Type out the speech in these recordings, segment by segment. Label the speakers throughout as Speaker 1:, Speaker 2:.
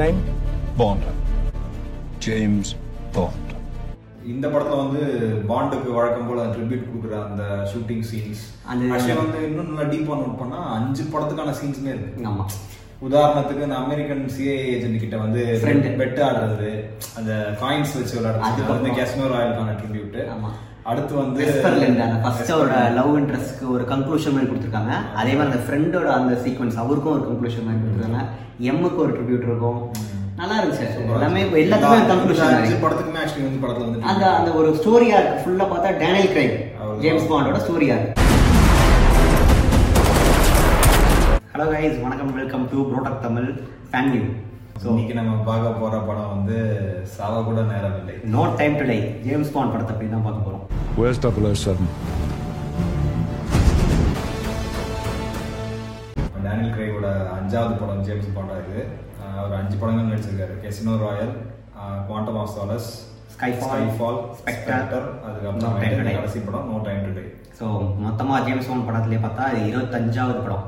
Speaker 1: Name?
Speaker 2: Bond. James Bond.
Speaker 3: இந்த படத்துல வந்து பாண்டுக்கு வழக்கம் போல ட்ரிபியூட் கொடுக்குற அந்த ஷூட்டிங் சீன்ஸ்
Speaker 4: அது-
Speaker 3: ஆக்சுவலி வந்து இன்னும் நல்லா டீப்பா நோட் பண்ணா அஞ்சு படத்துக்கான சீன்ஸுமே இருக்கு
Speaker 4: ஆமா
Speaker 3: உதாரணத்துக்கு இந்த அமெரிக்கன் சிஐ ஏஜென்ட் கிட்ட வந்து
Speaker 4: Friend.
Speaker 3: பெட் ஆடுறது அந்த காயின்ஸ் வச்சு விளையாடுறது அது
Speaker 4: அதுக்கப்புறம்.
Speaker 3: வந்து கேஷ்மீர் ராயலுக்கான ட்ரிபியூட்
Speaker 4: ஆமா.
Speaker 3: அடுத்து வந்து
Speaker 4: வெஸ்டர்லேருந்து அந்த ஃபர்ஸ்ட் அவரோட லவ் இன்ட்ரெஸ்ட்க்கு ஒரு கன்க்ளூஷன் மாதிரி கொடுத்துருக்காங்க அதே மாதிரி அந்த ஃப்ரெண்டோட அந்த சீக்வன்ஸ் அவருக்கும் ஒரு கன்க்ளூஷன் மாதிரி கொடுத்துருக்காங்க எம்முக்கு ஒரு ட்ரிபியூட் இருக்கும் நல்லா இருந்துச்சு எல்லாமே இப்ப எல்லாத்துக்குமே
Speaker 3: எல்லா-
Speaker 4: கன்க்ளூஷன்
Speaker 3: இந்த அஞ்சு
Speaker 4: மாதிரி
Speaker 3: படத்துக்குமே ஆக்சுவலி வந்து படத்துல வந்து
Speaker 4: அந்த அந்த ஒரு ஸ்டோரியா இருக்கு ஃபுல்லா பார்த்தா டேனியல் கிரைம்
Speaker 3: அவர்தான்.
Speaker 4: ஜேம்ஸ் பாண்டோட ஸ்டோரியா இருக்கு ஹலோ கைஸ் வணக்கம் welcome to product Tamil fan view so
Speaker 3: இன்னைக்கு நம்ம பார்க்க போற படம் வந்து சாவ கூட நேரம் இல்லை
Speaker 4: no time to die James Bond படத்தை பற்றி தான் பார்க்க போகிறோம்
Speaker 2: Where's 007?
Speaker 3: டேனியல் கிரேவோட அஞ்சாவது படம் ஜேம்ஸ் பாண்டா இது ஆஹ் ஒரு அஞ்சு படங்கள் நடிச்சிருக்காரு Casino Royale Quantum of Solace
Speaker 4: Skyfall,
Speaker 3: Skyfall
Speaker 4: Spectre, No
Speaker 3: அதுக்கப்புறம்
Speaker 4: Time to Die.
Speaker 3: கடைசி படம் no time to die
Speaker 4: so மொத்தமாக ஜேம்ஸ் பாண்ட் படத்துலேயே பார்த்தா இது இருபத்தஞ்சாவது படம்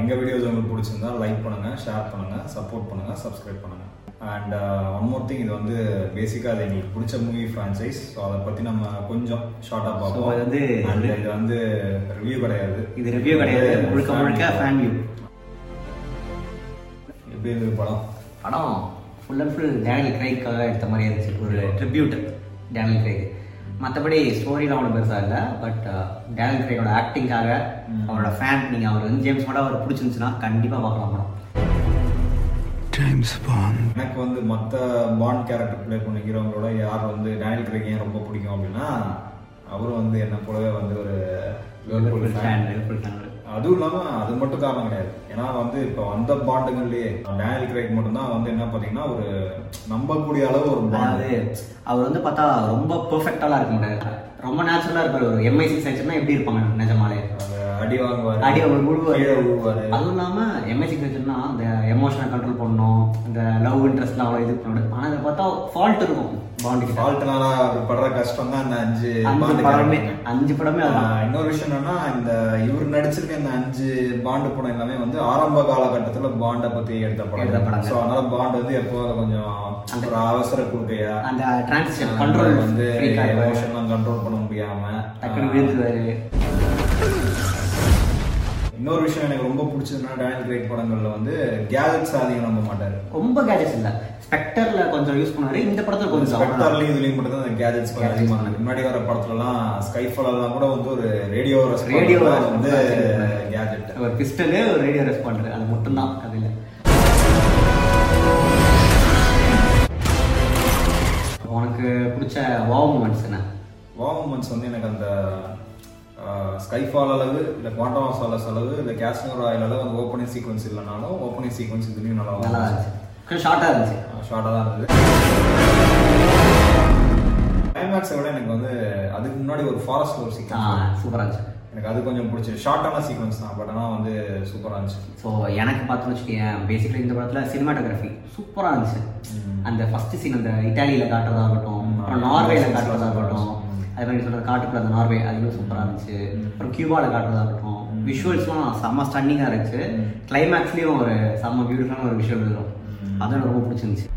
Speaker 3: எங்க வீடியோஸ் உங்களுக்கு பிடிச்சிருந்தா லைக் பண்ணுங்க ஷேர் பண்ணுங்க சப்போர்ட் பண்ணுங்க சப்ஸ்கிரைப் பண்ணுங்க அண்ட் ஒன் மோர் திங் இது வந்து பேசிக்காக அது எங்களுக்கு பிடிச்ச மூவி ஃப்ரான்ச்சைஸ் ஸோ அதை பற்றி நம்ம கொஞ்சம் ஷார்ட்டாக பார்ப்போம்
Speaker 4: அது வந்து-
Speaker 3: And இது வந்து ரிவ்யூ கிடையாது
Speaker 4: இது ரிவ்யூ கிடையாது முழுக்க முழுக்க ஃபேன் வியூ
Speaker 3: எப்படி இருந்தது படம்
Speaker 4: படம் ஃபுல் அண்ட் ஃபுல் டேனியல் கிரைக்காக எடுத்த மாதிரி இருந்துச்சு ஒரு ட்ரிபியூட் டேனியல் கிரைக்கு மற்றபடி ஸ்டோரியில் அவனுக்கு பெருசாக இல்லை பட் டேனியல் கிரைக்கோட ஆக்டிங்காக அவரோட ஃபேன் நீங்கள் அவர் வந்து ஜேம்ஸ் பாண்டா அவர் பிடிச்சிருந்துச்சுன்னா கண்டிப்பாக பார்க்கலாம் படம்
Speaker 5: James Bond.
Speaker 3: எனக்கு வந்து மற்ற பாண்ட் கேரக்டர் ப்ளே பண்ண ஹீரோங்களோட யார் வந்து டேனியல் கிரெக் ஏன் ரொம்ப பிடிக்கும் அப்படின்னா அவரும் வந்து என்ன போலவே வந்து ஒரு Liverpool fan.
Speaker 4: Fan Liverpool fan
Speaker 3: அதுவும் இல்லாம அது மட்டும் காரணம் கிடையாது ஏன்னா வந்து இப்போ வந்த பாண்டுங்கள்லயே டேனியல் கிரெக் மட்டும்தான் வந்து என்ன பாத்தீங்கன்னா ஒரு நம்பக்கூடிய அளவு ஒரு பாண்ட்
Speaker 4: அதாவது அவர் வந்து பார்த்தா ரொம்ப பெர்ஃபெக்டாலாம் இருக்க முடியாது ரொம்ப நேச்சுரலாக இருப்பார் ஒரு எம்ஐசி சைஸ்னா எப்படி இருப்பாங்க நிஜமாலே
Speaker 3: அடி வாங்குவாரு
Speaker 4: அடி அவர்
Speaker 3: கீழே
Speaker 4: விழுவாரு
Speaker 3: விழுவாரு
Speaker 4: அதுவும் இல்லாம எம்எஸ்சி கிரிக்கெட்னா அந்த எமோஷனை கண்ட்ரோல் பண்ணணும் இந்த லவ் இன்ட்ரெஸ்ட்லாம் அவ்வளோ இது பண்ண முடியாது. ஆனா இதை பார்த்தா ஃபால்ட் இருக்கும் பாண்ட் கிட்ட
Speaker 3: ஃபால்ட்னால அவர் படுற கஷ்டம் தான் அந்த அஞ்சு
Speaker 4: அஞ்சு
Speaker 3: பாண்டு
Speaker 4: படமே
Speaker 3: character.
Speaker 4: அஞ்சு படமே அதான்
Speaker 3: ஆஹ் இன்னொரு விஷயம் என்னன்னா இந்த இவர் நடிச்சிருக்க இந்த அஞ்சு பாண்டு படம் எல்லாமே வந்து ஆரம்ப காலகட்டத்துல பாண்டை பத்தி எடுத்த
Speaker 4: எடுத்த
Speaker 3: படம்
Speaker 4: படங்க.
Speaker 3: சோ அதனால பாண்ட் வந்து எப்போதும் கொஞ்சம் ஒரு அவசர கொடுக்கையா
Speaker 4: அந்த டிரான்சிஷன் கண்ட்ரோல்
Speaker 3: வந்து
Speaker 4: வந்து
Speaker 3: எமோஷன்லாம் கண்ட்ரோல் பண்ண முடியாம
Speaker 4: டக்குனு
Speaker 3: ஆஹ்
Speaker 4: விழுந்துருவாரு
Speaker 3: இன்னொரு விஷயம் எனக்கு ரொம்ப பிடிச்சதுன்னா டேனியல் கிரேட் படங்கள்ல வந்து கேலட் சாதியம் நம்ப மாட்டாரு
Speaker 4: ரொம்ப கேஜஸ் இல்ல ஸ்பெக்டர்ல கொஞ்சம் யூஸ் பண்ணாரு இந்த படத்துல கொஞ்சம் அவ்வளவுதான்.
Speaker 3: ஸ்பெக்டர்லயும் இதுலயும் மட்டும் தான் அந்த கேஜெட்ஸ்
Speaker 4: Gadgets
Speaker 3: அதிகமாக முன்னாடி வர படத்துலலாம் ஸ்கைஃபால் எல்லாம் கூட வந்து ஒரு ரேடியோ
Speaker 4: Radio
Speaker 3: வந்து
Speaker 4: response.
Speaker 3: கேஜெட்
Speaker 4: ஒரு பிஸ்டலு ஒரு ரேடியோ ரெஸ்பாண்டர் அது மட்டும்தான் கதையில உனக்கு பிடிச்ச வாவ் மூமெண்ட்ஸ் என்ன
Speaker 3: வாமன்ஸ் வந்து எனக்கு அந்த ஸ்கைஃபால் அளவு இல்லை குவாண்டம் ஆஃப் சாலஸ் அளவு இல்லை கேஷ்மீர் ஆயில் அளவு அந்த ஓப்பனிங் சீக்வன்ஸ் இல்லைனாலும் ஓப்பனிங் சீக்வன்ஸ் இதுலேயும் நல்லா
Speaker 4: நல்லா இருந்துச்சு கொஞ்சம் ஷார்ட்டாக இருந்துச்சு
Speaker 3: ஷார்ட்டாக தான் இருந்தது கிளைமேக்ஸை விட எனக்கு வந்து அதுக்கு முன்னாடி ஒரு ஃபாரஸ்ட் ஒரு
Speaker 4: ஆ
Speaker 3: சீக்வன்ஸ்
Speaker 4: சூப்பராக இருந்துச்சு
Speaker 3: எனக்கு அது கொஞ்சம் பிடிச்சது ஷார்ட்டான சீக்வன்ஸ் தான் பட் ஆனால் வந்து சூப்பராக இருந்துச்சு
Speaker 4: ஸோ எனக்கு பார்த்தோன்னு வச்சுக்கோங்க பேசிக்கலி இந்த படத்தில் சினிமாட்டோகிராஃபி சூப்பராக இருந்துச்சு அந்த ஃபர்ஸ்ட் சீன் அந்த இட்டாலியில் காட்டுறதா இருக்கட்டும்
Speaker 3: ம்.
Speaker 4: அப்புறம் நார்வேயில்
Speaker 3: ம்.
Speaker 4: காட்டுறதா இருக்கட்டும் அதே மாதிரி சொல்கிற காட்டுக்குள்ள அந்த நார்வே அதுவும் சூப்பராக இருந்துச்சு அப்புறம் கியூபாவில் காட்டுறதா இருக்கட்டும் விஷுவல்ஸ்லாம் செம்ம ஸ்டன்னிங்காக இருந்துச்சு கிளைமேக்ஸ்லேயும் ஒரு செம்ம பியூட்டிஃபுல்லான ஒரு விஷுவல் இருக்கும் அது எனக்கு ரொம்ப பிடிச்சிருந்துச்சு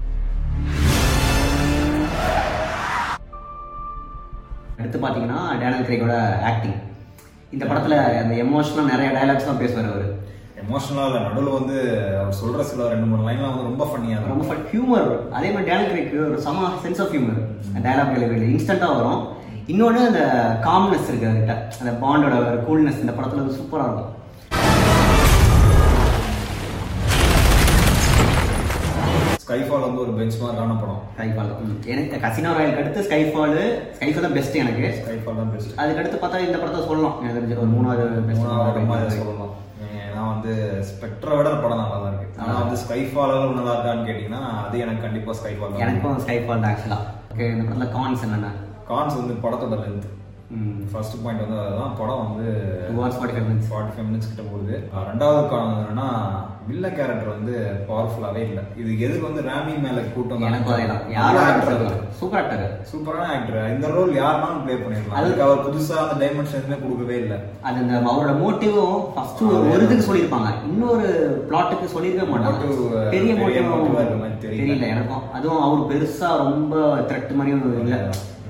Speaker 4: அடுத்து பார்த்தீங்கன்னா டேனல் கிரேக்கோட ஆக்டிங் இந்த படத்தில் அந்த எமோஷனல் நிறைய டயலாக்ஸ்லாம் பேசுவார் அவர்
Speaker 3: எமோஷனலாக இல்லை நடுவில் வந்து அவர் சொல்கிற சில ரெண்டு மூணு லைன்லாம் வந்து ரொம்ப ஃபன்னியாக இருக்கும்
Speaker 4: ரொம்ப ஃபன் ஹியூமர் அதே மாதிரி டேனல் கிரேக்கு ஒரு சம சென்ஸ் ஆஃப் ஹியூமர் டயலாக் டெலிவரியில் இன்ஸ்டண்ட்டாக வரும் இன்னொன்று அந்த காம்னஸ் இருக்கு அதுகிட்ட அந்த பாண்டோட ஒரு கூல்னஸ் இந்த படத்தில் வந்து சூப்பராக இருக்கும்
Speaker 3: ஸ்கைஃபால் வந்து ஒரு பெஞ்ச் மார்க்கான படம்
Speaker 4: ஸ்கைஃபால் எனக்கு கசினோ ராயலுக்கு அடுத்து ஸ்கைஃபாலு ஸ்கைஃபால் தான் பெஸ்ட் எனக்கு
Speaker 3: ஸ்கைஃபால் தான் பெஸ்ட்
Speaker 4: அதுக்கடுத்து பார்த்தா இந்த படத்தை சொல்லலாம் எனக்கு தெரிஞ்சு ஒரு மூணாவது best
Speaker 3: மூணாவது மாதிரி
Speaker 4: படம்.
Speaker 3: சொல்லலாம் ஏன்னா வந்து ஸ்பெக்ட்ரா விட படம் நல்லா தான் இருக்கு ஆனா வந்து ஸ்கைஃபால் நல்லா இருக்கான்னு கேட்டீங்கன்னா அது எனக்கு கண்டிப்பா ஸ்கைஃபால் தான்
Speaker 4: எனக்கும் ஸ்கைஃபால் தான் ஆக்சுவலாக ஓகே இந்த படத்தில் கான்ஸ் என்னென்ன
Speaker 3: கான்ஸ் வந்து படத்தோட லென்த்
Speaker 4: ம்.
Speaker 3: ஃபர்ஸ்ட் பாயிண்ட் வந்து அதுதான் படம் வந்து
Speaker 4: Two hours, 45 minutes.
Speaker 3: Forty five minutes கிட்ட போகுது அஹ் ரெண்டாவது காரணம் என்னன்னா வில்ல கேரக்டர் வந்து பவர்ஃபுல்லாவே இல்லை இது எதுக்கு வந்து ராமி மேல கூட்டம்
Speaker 4: எனக்கு அதேதான் யார்
Speaker 3: யாரும்
Speaker 4: சூப்பர் ஆக்டர்
Speaker 3: சூப்பரான ஆக்டர் இந்த ரோல் யாருனாலும் ப்ளே பண்ணிடலாம்
Speaker 4: அது-
Speaker 3: அதுக்கு அவர் புதுசா அந்த டைமென்ஷன்ல கொடுக்கவே இல்லை
Speaker 4: அது இந்த அவரோட மோட்டிவும் ஃபர்ஸ்ட் ஒரு ஒரு இதுக்கு சொல்லியிருப்பாங்க இன்னொரு பிளாட்டுக்கு சொல்லியிருக்க
Speaker 3: Motive,
Speaker 4: மாட்டாங்க
Speaker 3: uh,
Speaker 4: பெரிய
Speaker 3: பெரிய motive ஆ இருக்க
Speaker 4: மோட்டிவ்
Speaker 3: மாதிரி தெரியல.
Speaker 4: தெரியல எனக்கும் அதுவும் அவர் பெருசா ரொம்ப த்ரெட் மாதிரி ஒன்று இல்லை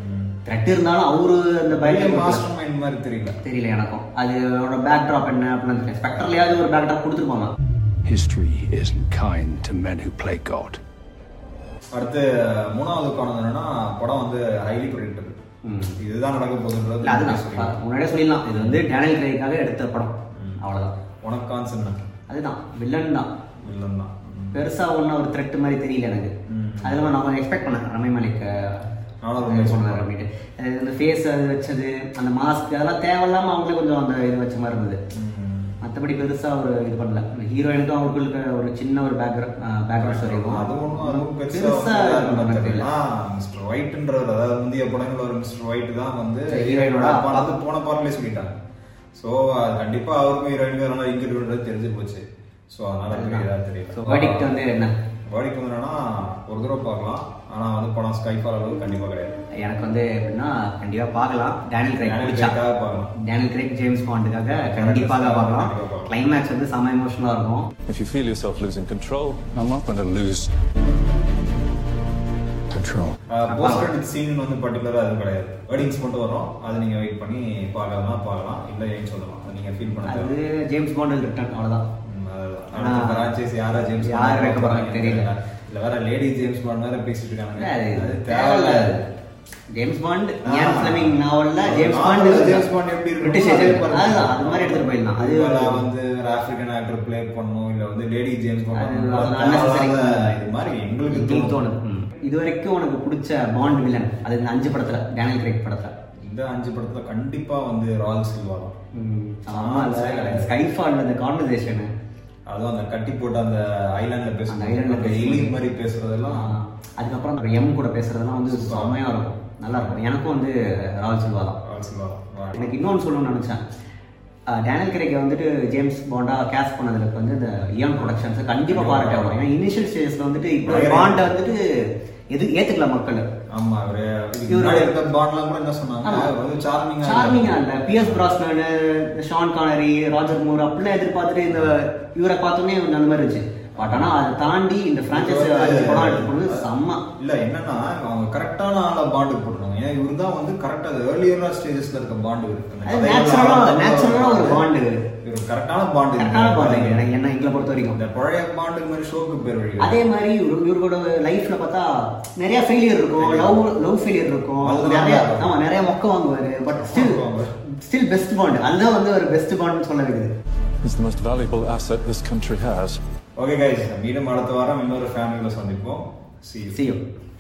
Speaker 3: ம்.
Speaker 4: த்ரெட் இருந்தாலும் அவரு அந்த
Speaker 3: பெரிய
Speaker 4: பயங்கர
Speaker 3: மாஸ்டர் மைண்ட் மாதிரி தெரியல
Speaker 4: தெரியல எனக்கும் அதோட பேக் ட்ராப் என்ன அப்படின்னு ஸ்பெக்டர்லயாவது ஒரு பேக் ட்ராப் கொடுத்துருப்பாங்க
Speaker 5: History isn't kind to men who play God.
Speaker 3: அடுத்து மூணாவது காரணம் என்னன்னா படம் வந்து ஹைலி ப்ரெடிக்டபிள்
Speaker 4: ம்.
Speaker 3: இதுதான் நடக்க போகுதுன்றது
Speaker 4: இல்ல அதுதான்
Speaker 3: சொல்லிடலாம்.
Speaker 4: முன்னாடியே சொல்லிடலாம் இது வந்து டேனியல் கிரைக்காக எடுத்த படம் அவ்வளவுதான்
Speaker 3: உனக்கு கான்ஸ் என்ன
Speaker 4: அதுதான் வில்லன் தான்
Speaker 3: வில்லன் தான்
Speaker 4: பெருசா ஒன்றும் ஒரு த்ரெட் மாதிரி தெரியல எனக்கு
Speaker 3: ம்.
Speaker 4: அது இல்லாமல் நம்ம எக்ஸ்பெக்ட் பண்ணேன் ரமை மாலிக்
Speaker 3: நானும் ரொம்ப
Speaker 4: சொன்னார் அப்படின்ட்டு அது அந்த ஃபேஸ் அது வச்சது அந்த மாஸ்க் அதெல்லாம் தேவையில்லாம அவங்களே கொஞ்சம் அந்த இது வச்ச மாதிரி இருந்தது மற்றபடி பெருசா ஒரு இது பண்ணல ஹீரோயினுக்கும் அவருக்குள்ள இருக்க ஒரு சின்ன ஒரு பேக்ரவுண்ட் பேக்ரவுண்ட் ஸ்டோரி
Speaker 3: அது ஒண்ணும் அதுவும் பெருசா
Speaker 4: பெருசா
Speaker 3: வந்து
Speaker 4: இது பண்ண
Speaker 3: எனக்கு
Speaker 4: தெரியல
Speaker 3: தெரியல. மிஸ்டர் ஒயிட்ன்றவர் அதாவது முந்தைய படங்கள் ஒரு மிஸ்டர் ஒயிட் தான் வந்து
Speaker 4: சரி,
Speaker 3: ஹீரோயினோட
Speaker 4: ஹீரோயினோட அப்பா.
Speaker 3: அது போன பார்ட்லயே சொல்லிட்டாங்க ஸோ கண்டிப்பா அவருக்கும் ஹீரோயினுக்கு அதனால இன்க்ரிமெண்ட் தெரிஞ்சு போச்சு ஸோ அதனால பெரிய இதா
Speaker 4: ஸோ
Speaker 3: தெரியல
Speaker 4: வேடிக்ட் வந்து என்ன
Speaker 3: வேடிக்கை வந்து என்னன்னா ஒரு தடவை பார்க்கலாம் ஆனா வந்து படம் ஸ்கைஃபால் அளவுக்கு கண்டிப்பா கிடையாது
Speaker 4: எனக்கு வந்து எப்படின்னா கண்டிப்பா பார்க்கலாம் டேனியல் கிரைக்
Speaker 3: Daniel
Speaker 4: பிடிச்சா
Speaker 3: Craig-காக பார்க்கலாம்.
Speaker 4: டேனியல் கிரைக் ஜேம்ஸ் பாண்டுக்காக கண்டிப்பாக பார்க்கலாம்
Speaker 3: கண்டிப்பா பார்க்கலாம்.
Speaker 4: கிளைமேக்ஸ் வந்து செம எமோஷனலாக இருக்கும்
Speaker 1: If you feel yourself losing control,
Speaker 2: I'm not going to lose control.
Speaker 3: Post credit scene வந்து பர்டிகுலரா அது கிடையாது வேர்டிங்ஸ் மட்டும் வரும் அது நீங்க வெயிட் பண்ணி பார்க்கலாம்னா பார்க்கலாம் இல்லை ஏன்னு சொல்லலாம் அது நீங்க ஃபீல் பண்ண தேவை
Speaker 4: அது ஜேம்ஸ் பாண்டு ரிட்டர்ன் அவ்வளவுதான்
Speaker 3: ம், அதுதான். அடுத்த பிரான்ச்சைஸ் யாரா ஜேம்ஸ்
Speaker 4: யார்
Speaker 3: பாண்ட்
Speaker 4: வைக்க போறாங்க
Speaker 3: போறாங்கன்னு
Speaker 4: தெரியல.
Speaker 3: இல்ல வேற லேடி ஜேம்ஸ் பாண்ட் வேற பேசிட்டு இருக்காங்க அது தேவையில்ல
Speaker 4: தேவையில்ல. ஜேம்ஸ் பாண்ட்
Speaker 3: ஆ.
Speaker 4: ஏன் ஃபிளமிங் நாவல்ல
Speaker 3: ஒரு
Speaker 4: ஜேம்ஸ்
Speaker 3: நாவல்ல
Speaker 4: பாண்ட்
Speaker 3: ஜேம்ஸ் பாண்ட் எப்படி இருக்கும்?
Speaker 4: பிரிட்டிஷ்
Speaker 3: அதே
Speaker 4: ஏஜென்ட்
Speaker 3: பாருங்க.
Speaker 4: அதுதான் அது மாதிரி எடுத்துட்டு போயிடலாம் அது
Speaker 3: வேற வந்து ஒரு ஆப்பிரிக்கன் ஆக்டர் ப்ளே பண்ணணும் இல்ல வந்து லேடி ஜேம்ஸ் பாண்ட்
Speaker 4: அது
Speaker 3: பண்ணணும்.
Speaker 4: அது
Speaker 3: தேவையில்லாத
Speaker 4: unnecessary.
Speaker 3: இது மாதிரி எங்களுக்கு
Speaker 4: உங்களுக்கு
Speaker 3: தோணும்
Speaker 4: தோணும் ம். இது வரைக்கும் உனக்கு பிடிச்ச பாண்ட் வில்லன் அது இந்த அஞ்சு படத்துல டேனியல் கிரேக் படத்துல
Speaker 3: இந்த அஞ்சு படத்துல கண்டிப்பா வந்து ராயல் சில்வா தான்
Speaker 4: ஆமா ஸ்கைஃபால் அந்த கான்வர்சேஷனு
Speaker 3: அதுவும் அந்த கட்டி போட்டு அந்த ஐலாண்ட்ல
Speaker 4: அந்த
Speaker 3: பேசுறது
Speaker 4: ஐலாண்ட்ல
Speaker 3: அந்த எலி மாதிரி பேசுறதெல்லாம்
Speaker 4: அதுக்கப்புறம் அப்புறம் எம் கூட பேசுறதெல்லாம் வந்து செமையா இருக்கும் நல்லா இருக்கும் எனக்கும் வந்து ராவல் சில்வா தான்
Speaker 3: ராயல் சில்வா தான்
Speaker 4: எனக்கு இன்னொன்று சொல்லணும்னு நினச்சேன் டேனியல் கிரேக்கை வந்துட்டு ஜேம்ஸ் பாண்டா கேஸ் பண்ணதுக்கு வந்து இந்த இயான் ப்ரொடக்ஷன்ஸை கண்டிப்பாக பாராட்ட வரும் ஏன்னா இனிஷியல் ஸ்டேஜஸில் வந்துட்டு இப்போ
Speaker 3: பயங்கர-
Speaker 4: பாண்டை வந்துட்டு எது ஏற்றுக்கல மக்கள்
Speaker 3: ஆமா அவரு இதுக்கு
Speaker 4: இவரு-
Speaker 3: முன்னாடி இருந்த பாண்ட்லாம் கூட என்ன சொன்னாங்க
Speaker 4: ஆமா.
Speaker 3: வந்து சார்மிங்கா
Speaker 4: சார்மிங்காக இல்லை Pierce Brosnan Sean Connery Roger Moore அப்படிலாம் எதிர்பார்த்துட்டு இந்த இவரை பார்த்தோன்னே கொஞ்சம் அந்த மாதிரி இருந்துச்சு பட் ஆனால் அதை தாண்டி இந்த
Speaker 3: இது
Speaker 4: ஃப்ரான்ச்சைஸ்
Speaker 3: வந்து-
Speaker 4: அஞ்சு படம் எடுத்துக்கொண்டு செம்ம
Speaker 3: இல்ல என்னன்னா அவங்க கரெக்டான ஆள பாண்டு போட்டுருவாங்க ஏன்னா இவரு தான் வந்து கரெக்டா ஏர்லியரா ஸ்டேஜஸ்ல இருக்க பாண்டு
Speaker 4: அது natural-ஆ- natural-ஆ ஒரு bond இது.
Speaker 3: இவரு கரெக்டான பாண்டு
Speaker 4: கரெக்டான பாருங்க எனக்கு என்ன எங்களை பொறுத்த வரைக்கும்
Speaker 3: இந்த பழைய பாண்டு மாதிரி ஷோக்கு பேர் வழி
Speaker 4: அதே மாதிரி இவரு இவரோட லைஃப்ல பார்த்தா நிறைய ஃபெயிலியர் இருக்கும் லவ் லவ் ஃபெயிலியர் இருக்கும்
Speaker 3: அதுதான்
Speaker 4: நிறைய
Speaker 3: தான்.
Speaker 4: ஆமா நிறைய மொக்க வாங்குவாரு பட் ஸ்டில்
Speaker 3: மொக்க வாங்குவாரு.
Speaker 4: ஸ்டில் பெஸ்ட் பாண்ட் அதுதான் வந்து ஒரு பெஸ்ட் பாண்ட்னு சொல்ல வைக்குது
Speaker 1: it's the most valuable asset this country has.
Speaker 3: Okay guys மீண்டும் அடுத்த வாரம் இன்னொரு ஃபேமிலியில சந்திப்போம் see you
Speaker 4: சிஎம்